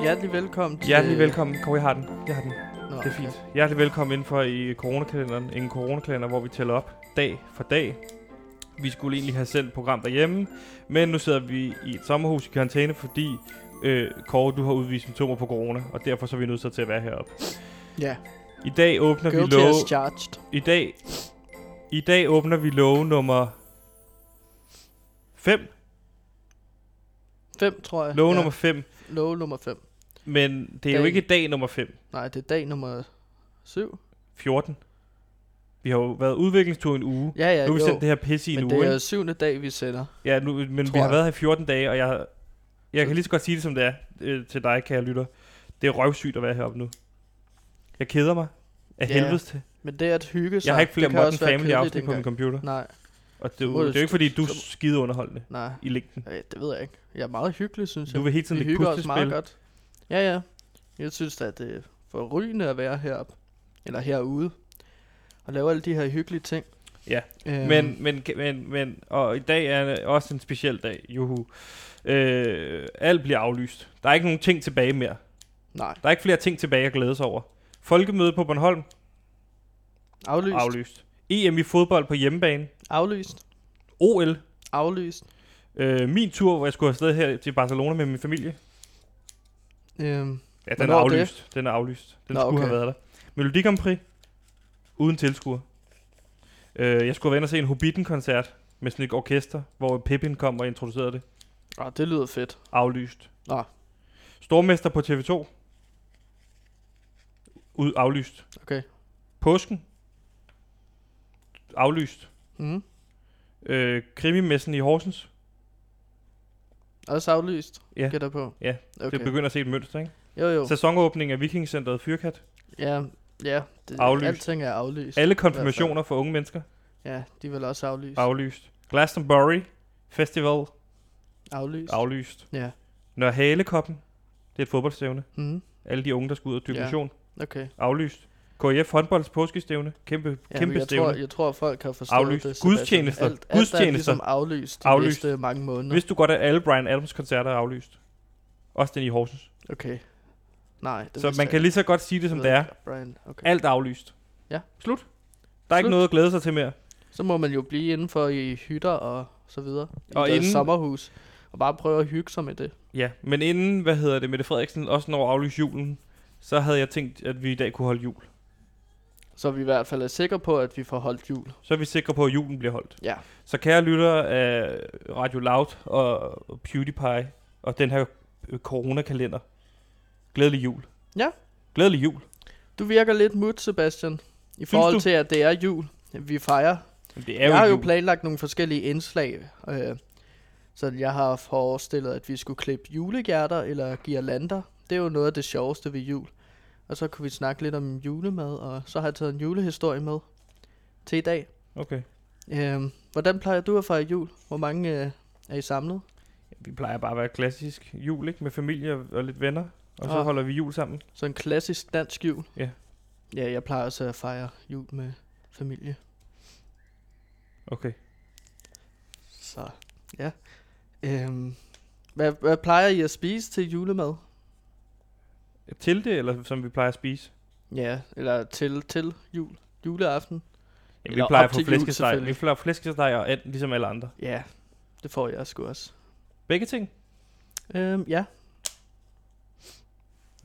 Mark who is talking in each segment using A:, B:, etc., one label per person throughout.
A: Hjertelig velkommen til...
B: Hjertelig velkommen. Kåre, jeg har den. Jeg har den.
A: Nå,
B: Det er fint. Hjertelig velkommen indenfor i coronakalenderen. En coronakalender, hvor vi tæller op dag for dag. Vi skulle egentlig have sendt et program derhjemme, men nu sidder vi i et sommerhus i karantæne, fordi øh, Kåre, du har udvist symptomer på corona, og derfor så er vi nødt til at være heroppe.
A: Ja,
B: I dag åbner vi
A: guilty
B: låge...
A: as charged.
B: I dag... I dag åbner vi låge nummer 5.
A: Fem, tror jeg.
B: Låge ja. nummer 5.
A: Love nummer fem.
B: Men det er jo
A: Dag.
B: ikke dag nummer 5.
A: Nej, det er dag nummer syv.
B: 14. Vi har jo været udviklingstur en uge.
A: Ja, ja,
B: nu har vi
A: jo.
B: sendt det her pisse i en
A: Men
B: uge.
A: det er
B: ikke?
A: syvende dag, vi sender.
B: Ja, nu, men vi
A: tror
B: har
A: jeg.
B: været her i 14 dage, og jeg, jeg kan lige så godt sige det, som det er øh, til dig, kære lytter. Det er røvsygt at være heroppe nu. Jeg keder mig af
A: Ja,
B: helvede til.
A: Men det at hygge sig,
B: Jeg har ikke flere
A: det kan
B: Modern
A: også være
B: Family
A: kedeligt
B: afsnit på min
A: engang.
B: computer.
A: Nej,
B: Og det, det er
A: må
B: jo
A: du
B: ikke, fordi du er
A: så-
B: skide underholdende
A: nej.
B: i længden.
A: Øh, det ved jeg ikke. Jeg er meget hyggelig, synes jeg.
B: Du vil hele tiden
A: vi
B: lægge
A: hygger os meget
B: puslespil.
A: godt. Ja, ja. Jeg synes da, at det er forrygende at være heroppe. Eller herude. Og lave alle de her hyggelige ting.
B: Ja,
A: Øhm,
B: Men, men, men, men, og i dag er også en speciel dag, juhu. Øh, alt bliver aflyst. Der er ikke nogen ting tilbage mere.
A: Nej,
B: Der er ikke flere ting tilbage at glæde sig over. Folkemødet på Bornholm,
A: aflyst. Aflyst.
B: aflyst. EM i fodbold på hjemmebane.
A: Aflyst.
B: OL.
A: aflyst.
B: Øh, min tur, hvor jeg skulle afsted her til Barcelona med min familie.
A: Øhm,
B: Ja, den
A: Hvornår
B: er
A: er det?
B: aflyst. Den er aflyst. Den
A: Nå,
B: Nå, skulle
A: okay.
B: have været der. Melodi Grand Prix. Uden tilskuer. Øh, jeg skulle have været inde og se en Hobbiten-koncert med sådan et orkester, hvor Pippin kom og introducerede det.
A: ah, det lyder fedt.
B: Aflyst.
A: Nå.
B: Stormester på TV2. Ud, aflyst.
A: Okay.
B: Påsken. Aflyst.
A: Mm.
B: Øh, krimimessen i Horsens.
A: Også aflyst,
B: Ja.
A: gætter på.
B: Ja, Okay.
A: okay.
B: Det begynder at se et mønster, ikke?
A: Jo, jo.
B: Sæsonåbning af Vikingcenteret Fyrkat.
A: Ja, ja. Det,
B: Aflyst.
A: Alting er aflyst.
B: Alle konfirmationer for unge mennesker.
A: ja, de er vel også aflyst.
B: Aflyst. Glastonbury Festival.
A: aflyst.
B: Aflyst.
A: Ja.
B: Nørre Halekoppen. Det er et fodboldstævne.
A: Mm.
B: Alle de unge, der skal ud og dyrke
A: Ja.
B: motion.
A: Okay.
B: Aflyst. KF håndbolds påskestævne. Kæmpe,
A: Ja, men
B: kæmpe
A: jeg, tror,
B: stævne.
A: jeg tror, folk har forstået
B: Aflyst.
A: det. Sebastian.
B: Gudstjenester.
A: Alt, alt er
B: Gudstjenester.
A: ligesom aflyst de
B: Aflyst.
A: næste mange måneder.
B: Hvis du godt, at alle Brian Adams koncerter er aflyst. Også den i Horsens.
A: Okay. Nej, det
B: Så
A: vidste
B: man
A: jeg
B: kan
A: ikke.
B: lige så godt sige det, som
A: ved
B: det er.
A: jeg ikke, Brian. Okay.
B: Alt er aflyst.
A: Ja.
B: Slut. Der er ikke
A: Slut.
B: noget at glæde sig til mere.
A: Så må man jo blive indenfor i hytter og så videre. I
B: Og
A: og deres
B: inden-
A: sommerhus. Og bare prøve at hygge sig med det.
B: Ja, men inden, hvad hedder det, Mette Frederiksen også når at aflyse julen, så havde jeg tænkt, at vi i dag kunne holde jul.
A: Så vi i hvert fald er sikre på, at vi får holdt jul.
B: Så er vi sikre på, at julen bliver holdt.
A: Ja.
B: Så kære lyttere af Radio Loud og PewDiePie og den her øh, coronakalender. Glædelig jul.
A: Ja.
B: Glædelig jul.
A: Du virker lidt mut, Sebastian. I
B: Synes
A: forhold
B: du?
A: til, at det er jul. Vi fejrer.
B: Men Det er
A: Jeg har jo
B: jul.
A: planlagt nogle forskellige indslag. Øh, så jeg har forestillet, at vi skulle klippe julegærter eller girlander. Det er jo noget af det sjoveste ved jul. Og så kunne vi snakke lidt om julemad, og så har jeg taget en julehistorie med til i dag.
B: Okay.
A: Øh, hvordan plejer du at fejre jul? Hvor mange øh, er I samlet?
B: Vi plejer bare at være klassisk jul, ikke? Med familie og- og lidt venner. Og så
A: Ah.
B: holder vi jul sammen.
A: Så en klassisk dansk jul?
B: Ja.
A: Ja, jeg plejer også at fejre jul med familie.
B: Okay.
A: Så, ja. Øhm, hvad, hvad plejer I at spise til julemad?
B: Til det, eller som vi plejer at spise.
A: Ja, eller til, til jul, juleaften?
B: Jamen, vi
A: Eller op
B: plejer at få
A: til jul,
B: flæskesteg. Vi
A: selvfølgelig.
B: plejer flæskesteg og and, ligesom alle andre.
A: Ja, det får jeg sgu også.
B: Begge ting?
A: Øhm, ja,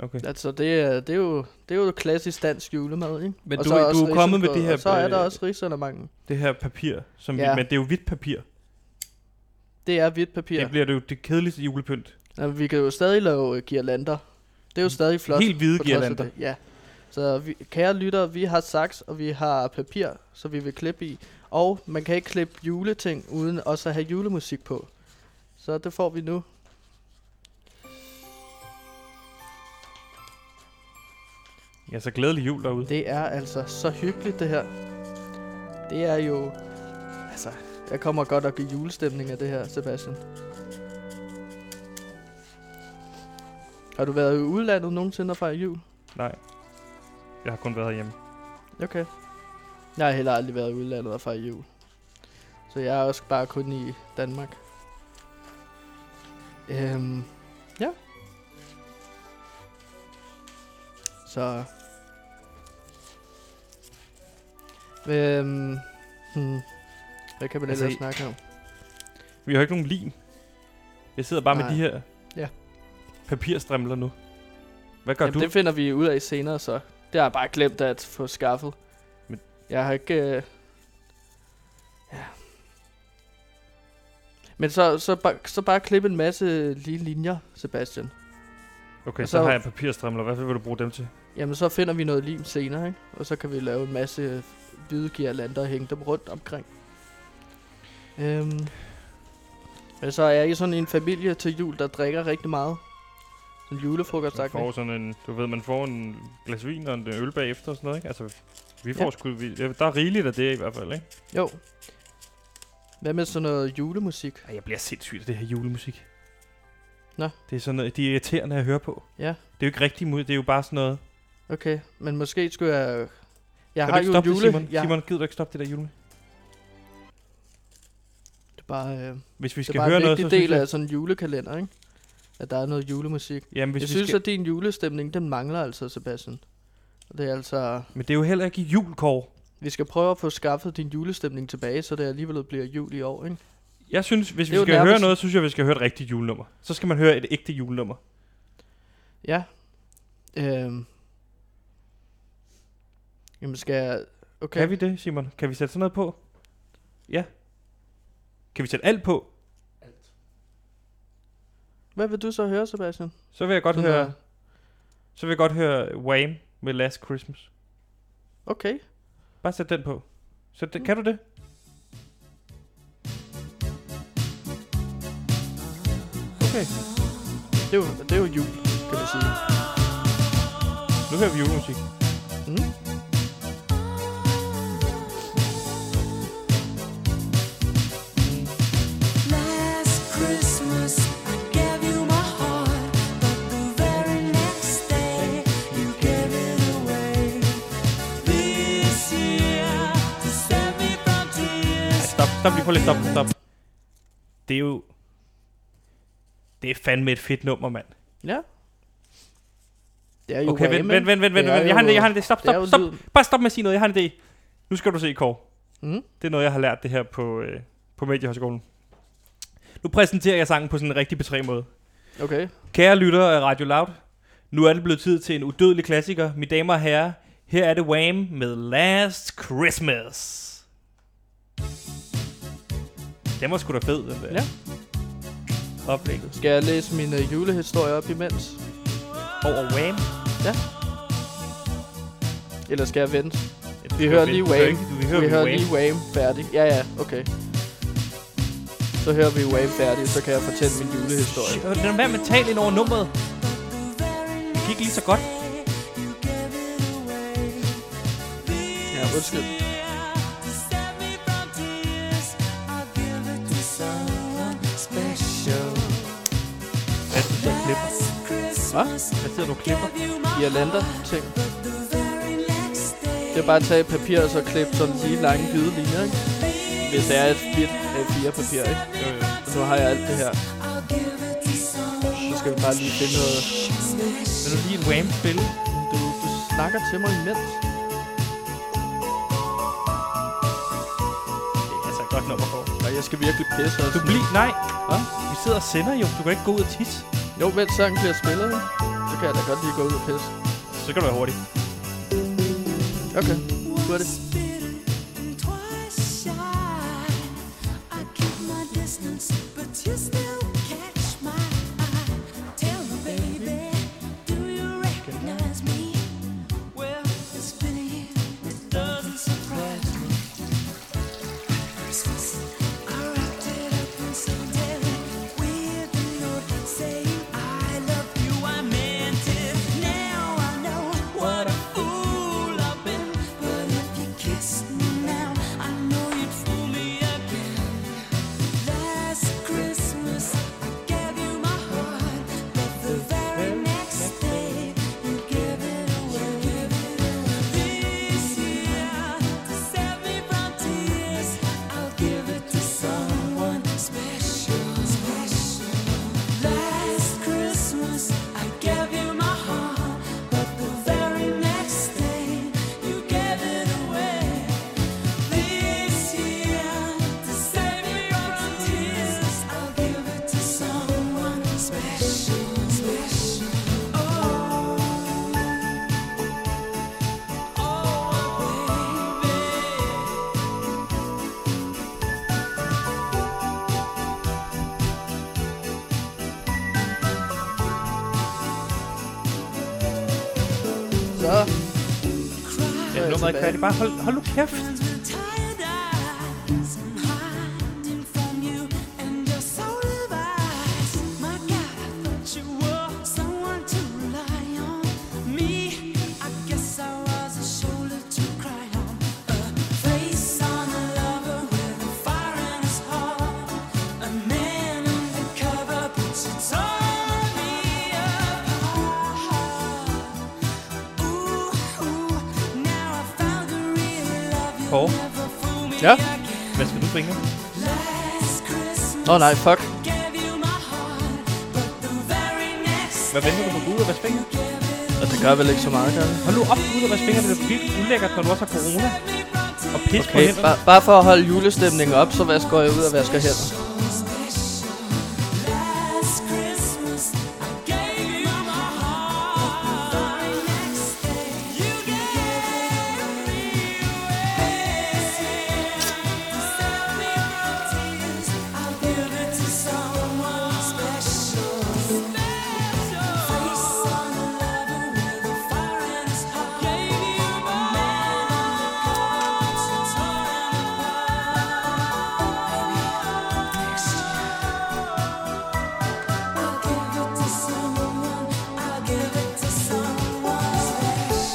B: Okay.
A: altså det er, det er jo, det er jo klassisk dansk julemad, ikke?
B: Men
A: Og
B: du-
A: så
B: du
A: også
B: er kommet med
A: risengrød,
B: det her,
A: Og så er der
B: øh,
A: også risalemanden.
B: Det her papir, som ja.
A: Ja.
B: vi, men det er jo hvidt papir.
A: Det er hvidt papir.
B: Det bliver det jo det kedeligste julepynt.
A: Jamen, vi kan jo stadig lave øh, girlander. Det er jo stadig flot.
B: Mm. Helt hvide
A: på trods af
B: girlander.
A: det. Ja. Så vi, kære lytter, vi har saks, og vi har papir, så vi vil klippe i. Og man kan ikke klippe juleting, uden også at have julemusik på. Så det får vi nu.
B: Ja, så glædelig jul derude.
A: Det er altså så hyggeligt, det her. Det er jo... Altså, jeg kommer godt og give julestemning af det her, Sebastian. Har du været i udlandet nogensinde og fejret jul?
B: Nej. Jeg har kun været herhjemme.
A: Okay. Jeg har heller aldrig været i udlandet og fejret jul. Så jeg er også bare kun i Danmark. Øhm, ja. Så... Øhm, hmm, hvad kan man
B: Altså,
A: ellers
B: I-
A: snakke om?
B: Vi har jo ikke nogen lim. Jeg sidder bare med
A: Nej.
B: de her
A: Ja.
B: papirstrimler nu. Hvad gør
A: Jamen,
B: du?
A: det finder vi ud af senere, så det har jeg bare glemt at få skaffet.
B: Men-
A: Men... Jeg har ikke... Øh... Ja. Men så, så, bare, så bare klippe en masse lige linjer, Sebastian.
B: Okay,
A: og
B: så,
A: så-
B: har jeg papirstrimler. Hvad vil du bruge dem til?
A: Jamen, så finder vi noget lim senere, ikke? Og så kan vi lave en masse hvide girlander og hænge dem rundt omkring. Øhm. Men så er I sådan en familie til jul, der drikker rigtig meget. En julefrokost,
B: Man
A: sagt.
B: får sådan en, du ved, man får en glas vin og en øh, øl bagefter og sådan noget, ikke? Altså, vi får
A: Ja.
B: ja. sgu, vi, ja, der er rigeligt af det i hvert fald, ikke?
A: Jo. Hvad med sådan noget julemusik?
B: Ej, jeg bliver sindssygt af det her julemusik.
A: Nå.
B: Det er sådan noget, de er irriterende at høre på.
A: Ja.
B: Det er jo ikke rigtig mod, det er jo bare sådan noget.
A: Okay, men måske skulle jeg... Jeg
B: kan
A: har
B: du ikke
A: jo en
B: stoppe
A: jule...
B: det, Simon?
A: Jeg...
B: Simon, gider du ikke stoppe det der jule?
A: Det er bare, øh, det
B: Hvis vi
A: er
B: skal
A: bare
B: høre
A: en
B: noget,
A: vigtig
B: så
A: del
B: synes jeg,
A: af sådan en julekalender, ikke? At der er noget julemusik.
B: jamen, hvis
A: jeg
B: vi
A: synes,
B: skal,
A: at din julestemning, den mangler altså, Sebastian. Og det er altså...
B: men det er jo heller ikke julkår.
A: Vi skal prøve at få skaffet din julestemning tilbage, så det alligevel bliver jul i år, ikke?
B: Jeg synes, hvis
A: Det
B: vi
A: er jo
B: skal nærmest... høre
A: nærmest-
B: noget, så synes jeg, vi skal høre et rigtigt julenummer. Så skal man høre et ægte julenummer.
A: Ja. Øhm. Jamen skal jeg... Okay.
B: Okay. Kan vi det, Simon? Kan vi sætte sådan noget på? Ja. Kan vi sætte alt på?
A: Hvad vil du så høre, Sebastian?
B: Så vil jeg godt
A: Sådan
B: høre...
A: noget-
B: Så vil jeg godt høre Wham med Last Christmas.
A: Okay.
B: Bare sæt den på. Så det, kan du det? Okay,
A: Det er, jo, det er jo jul, kan man sige.
B: nu hører vi julemusik.
A: Mm.
C: Last Christmas I gave you my heart, but the very next day you gave it away. This year to save me from
B: Ej,
C: tears.
B: stop, stop lige, prøv lige, stop, stop. Det er jo... Det er fandme et fedt nummer, mand.
A: Ja. Det er jo
B: Okay, vent,
A: Ramen.
B: vent, vent, vent, vent,
A: Det er
B: vent. Jeg har en
A: jo-
B: idé, jeg har en idé. Stop,
A: det er jo
B: stop, stop.
A: lyden.
B: Bare stop med at sige noget, jeg har en idé. Nu skal du se, Kåre.
A: Mm.
B: Det er noget, jeg har lært det her på, øh, på Mediehøjskolen. Nu præsenterer jeg sangen på sådan en rigtig betræ måde.
A: Okay.
B: Kære lyttere af Radio Loud, nu er det blevet tid til en udødelig klassiker. Mine damer og herrer, her er det Wham med Last Christmas. Den var sgu da fed, den der.
A: Ja.
B: Oplægget.
A: Skal jeg læse min øh, julehistorie op imens?
B: Over Wham.
A: Eller skal jeg vente?
B: Ja, du
A: Vi
B: skal
A: hører
B: vente.
A: lige
B: Du hører
A: Wham.
B: ikke- Du, vi hører,
A: vi hører
B: Wham.
A: lige Wham færdig. Ja, ja, okay. Så hører vi Wham færdig, så kan jeg fortælle min julehistorie.
B: Shit, Lad være med at tale ind over nummeret. Det gik lige så godt.
A: Ja, undskyld.
C: To save me from tears, I'll give it to someone special.
B: Hvad synes du, jeg klipper?
C: Last
A: Hva?
C: Christmas
B: Hvad sidder du og
C: I
B: klipper?
C: gave you my
A: Irlander ting.
C: But the very next day,
A: Det er bare at tage papir og så klippe sådan lige lange hvide linjer, ikke? Hvis det er et hvidt A4-papir, ikke?
B: Jo, jo.
A: Så nu har jeg alt det her.
C: I'll give it to someone
A: Så skal vi bare lige finde noget...
B: Vil du lige en Wham spille?
A: Du, du snakker til mig imens.
B: Det er altså et godt nummer for.
A: Og jeg skal virkelig pisse og
B: Du
A: sådan-
B: bliver... Nej.
A: Hvad?
B: Vi sidder og sender jo. Du kan ikke gå ud og tisse.
A: Jo, mens sangen bliver spillet, ikke? Så kan jeg da godt lige gå ud og pisse.
B: Så kan du være hurtig.
A: Okay, hurtigt.
C: twice shy. I keep my distance, but you still catch my eye. Tell me, baby, do you recognize me? Well, it's been a year, it doesn't surprise me. Christmas, I wrapped it up in some delicate, with a note saying I love you. I meant it. Now I know what a fool I've been, but if you kiss Oh, oh,
A: Så
B: Ja,
A: jeg
B: nummeret er ikke
A: tilbage.
B: færdigt. Bare hold, hold nu kæft. Kåre?
A: Ja?
B: Hvad skal du bringe?
A: Nå nej, fuck.
B: Hvad venter du på Gud og vaske fingre?
A: Og det gør vel ikke så meget, gør det?
B: Hold nu op, Gud og vaske fingre. Det er virkelig ulækkert, når du også har corona. Og pis okay, på
A: Okay,
B: hænderne.
A: bare, bare for at holde julestemningen op, så vasker jeg ud og vasker hænder.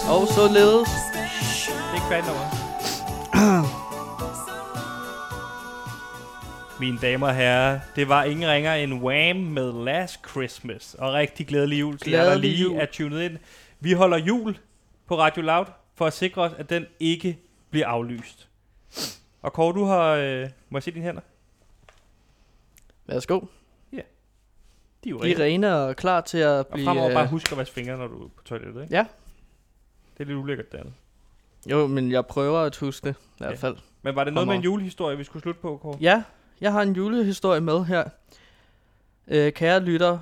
A: Og så ledes.
B: Det er ikke færdigt over. Mine damer og herrer, det var ingen ringer end Wham med Last Christmas. Og rigtig glædelig jul til jer, der
A: Glædelig
B: lige
A: jul.
B: er tunet ind. Vi holder jul på Radio Loud for at sikre os, at den ikke bliver aflyst. Og Kåre, du har... Øh, må jeg se dine hænder?
A: Værsgo.
B: De er jo
A: De er
B: rene.
A: rene og klar til at
B: Og
A: blive...
B: fremover
A: øh,
B: bare husk at vaske fingre, når du er på toilettet, ikke?
A: Ja.
B: Det er lidt ulækkert, det andet.
A: Jo, men jeg prøver at huske det, i
B: Ja.
A: hvert fald.
B: Men var det noget med en
A: Fremover.
B: julehistorie, vi skulle slutte på, Kåre?
A: Ja, jeg har en julehistorie med her. Øh, kære lytter,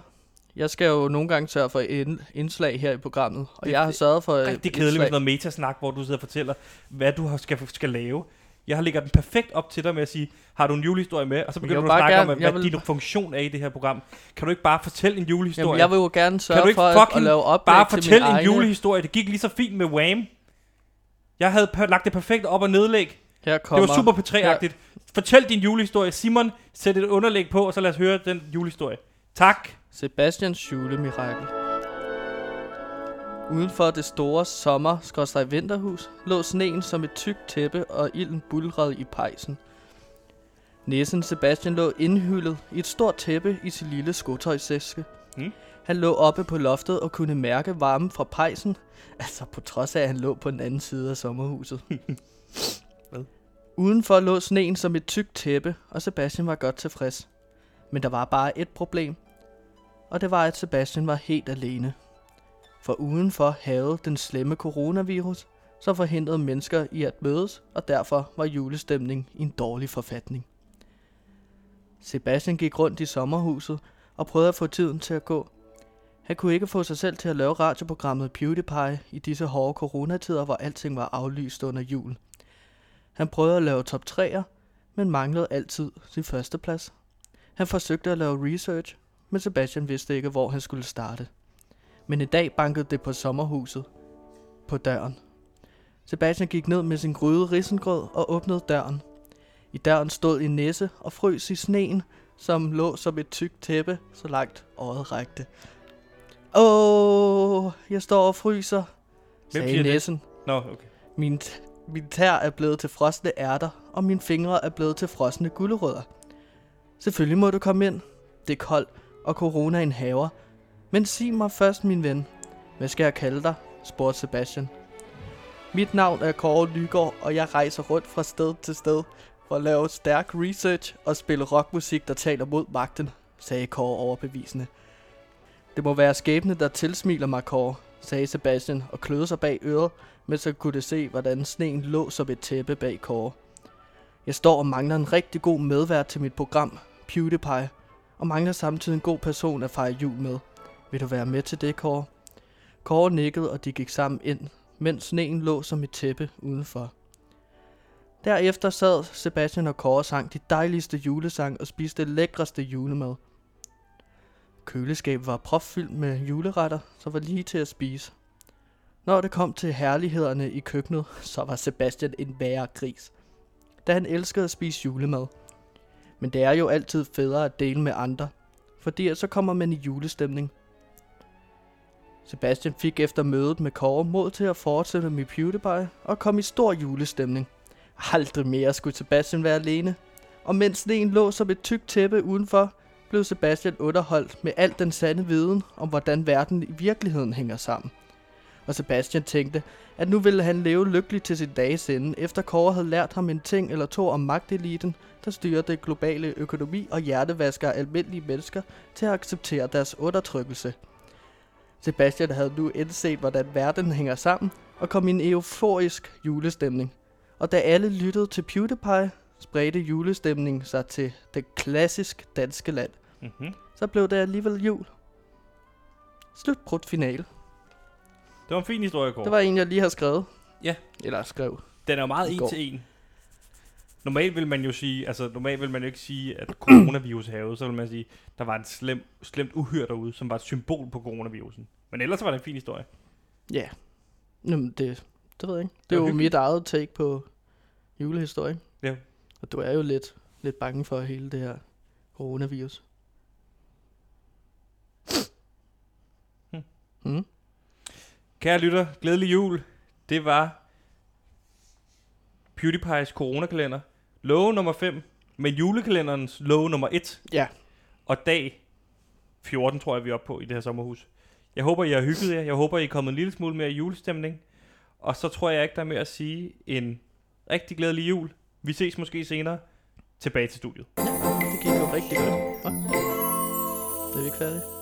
A: jeg skal jo nogle gange sørge for ind- indslag her i programmet, og jeg har sørget for... øh,
B: rigtig kedeligt med
A: indslag.
B: sådan noget metasnak, hvor du sidder og fortæller, hvad du har- skal, skal lave. Jeg har ligger den perfekt op til dig med at sige, har du en julehistorie med? Og så
A: Men jeg
B: begynder du
A: vil
B: at
A: bare
B: snakke
A: gerne-
B: om, hvad
A: jeg
B: vil...
A: vil-
B: din funktion er i det her program. Kan du ikke bare fortælle en julehistorie?
A: Jamen, jeg vil jo gerne
B: kan du
A: sørge
B: ikke
A: for at, at
B: fucking
A: lave oplæg
B: bare
A: til min
B: fortælle en
A: egne-
B: julehistorie. Det gik lige så fint med Wham. Jeg havde per- lagt det perfekt op og nedlæg.
A: Her
B: Det
A: kommer,
B: var super P3-agtigt. Fortæl din julehistorie. Simon, sæt et underlæg på, og så lad os høre den julehistorie. Tak.
A: Sebastians julemirakel. Udenfor det store sommer vinterhus lå sneen som et tykt tæppe, og ilden bulrede i pejsen. Næsen Sebastian lå indhyllet i et stort tæppe i sin lille skotøjsæske.
B: Hmm.
A: Han lå oppe på loftet og kunne mærke varmen fra pejsen, altså på trods af, at han lå på den anden side af sommerhuset.
B: Hvad?
A: Udenfor lå sneen som et tykt tæppe, og Sebastian var godt tilfreds. Men der var bare et problem og det var, at Sebastian var helt alene. For udenfor havde den slemme coronavirus, som forhindrede mennesker i at mødes, og derfor var julestemning i en dårlig forfatning. Sebastian gik rundt i sommerhuset og prøvede at få tiden til at gå. Han kunne ikke få sig selv til at lave radioprogrammet PewDiePie i disse hårde coronatider, hvor alting var aflyst under jul. Han prøvede at lave top 3'er, men manglede altid sin førsteplads. Han forsøgte at lave research, men Sebastian vidste ikke, hvor han skulle starte. Men i dag bankede det på sommerhuset på døren. Sebastian gik ned med sin gryde risengrød og åbnede døren. I døren stod en næse og frøs i sneen, som lå som et tykt tæppe, så langt øjet rækte. Åh, jeg står og fryser,
B: siger
A: sagde
B: det?
A: næsen.
B: Nå, okay.
A: Min, t- min tær er blevet til frosne ærter, og mine fingre er blevet til frosne gulerødder. Selvfølgelig må du komme ind. Det er koldt, og coronaen haver. Men sig mig først, min ven. Hvad skal jeg kalde dig? spurgte Sebastian. Mit navn er Kåre Nygaard, og jeg rejser rundt fra sted til sted for at lave stærk research og spille rockmusik, der taler mod magten, sagde Kåre overbevisende. Det må være skæbne, der tilsmiler mig, Kåre, sagde Sebastian og kløede sig bag øret, men så kunne det se, hvordan sneen lå som et tæppe bag Kåre. Jeg står og mangler en rigtig god medvært til mit program, PewDiePie, og mangler samtidig en god person at fejre jul med. Vil du være med til det, Kåre? Kåre nikkede, og de gik sammen ind, mens sneen lå som et tæppe udenfor. Derefter sad Sebastian og Kåre og sang de dejligste julesang og spiste det lækreste julemad. Køleskabet var propfyldt med juleretter, som var lige til at spise. Når det kom til herlighederne i køkkenet, så var Sebastian en værre gris, da han elskede at spise julemad. Men det er jo altid federe at dele med andre, fordi at så kommer man i julestemning. Sebastian fik efter mødet med Kåre mod til at fortsætte med PewDiePie og kom i stor julestemning. Aldrig mere skulle Sebastian være alene. Og mens sneen lå som et tykt tæppe udenfor, blev Sebastian underholdt med al den sande viden om, hvordan verden i virkeligheden hænger sammen. Og Sebastian tænkte, at nu ville han leve lykkelig til sit dages ende, efter Kåre havde lært ham en ting eller to om magteliten, der styrer det globale økonomi og hjertevasker almindelige mennesker til at acceptere deres undertrykkelse. Sebastian havde nu indset, hvordan verden hænger sammen, og kom i en euforisk julestemning. Og da alle lyttede til PewDiePie, spredte julestemningen sig til det klassisk danske land.
B: Mm-hmm.
A: Så blev det alligevel jul. Slut brudt finale.
B: Det var en fin historie, Kåre.
A: Det var en, jeg lige har skrevet.
B: Ja.
A: Eller skrev.
B: Den er jo meget
A: I
B: en
A: går.
B: til en. Normalt vil man jo sige, altså normalt vil man jo ikke sige, at coronavirus havde, så vil man sige, der var et slem, slemt uhyr derude, som var et symbol på coronavirusen. Men ellers så var det en fin historie.
A: Ja. Jamen, det, det ved jeg ikke. Det,
B: Det
A: er
B: var
A: jo
B: hyggeligt.
A: mit eget take på julehistorie.
B: Ja.
A: Og du er jo lidt, lidt bange for hele det her coronavirus.
B: Hmm.
A: Hmm.
B: Kære lytter, glædelig jul. Det var PewDiePie's coronakalender. Love nummer 5, men julekalenderens love nummer 1
A: Ja.
B: og dag 14, tror jeg, vi er oppe på i det her sommerhus. Jeg håber, I har hygget jer. Jeg håber, I er kommet en lille smule mere i julestemning. Og så tror jeg ikke, der er mere at sige en rigtig glædelig jul. Vi ses måske senere. Tilbage til studiet.
A: Det gik jo rigtig godt. Hva? Er vi ikke færdige?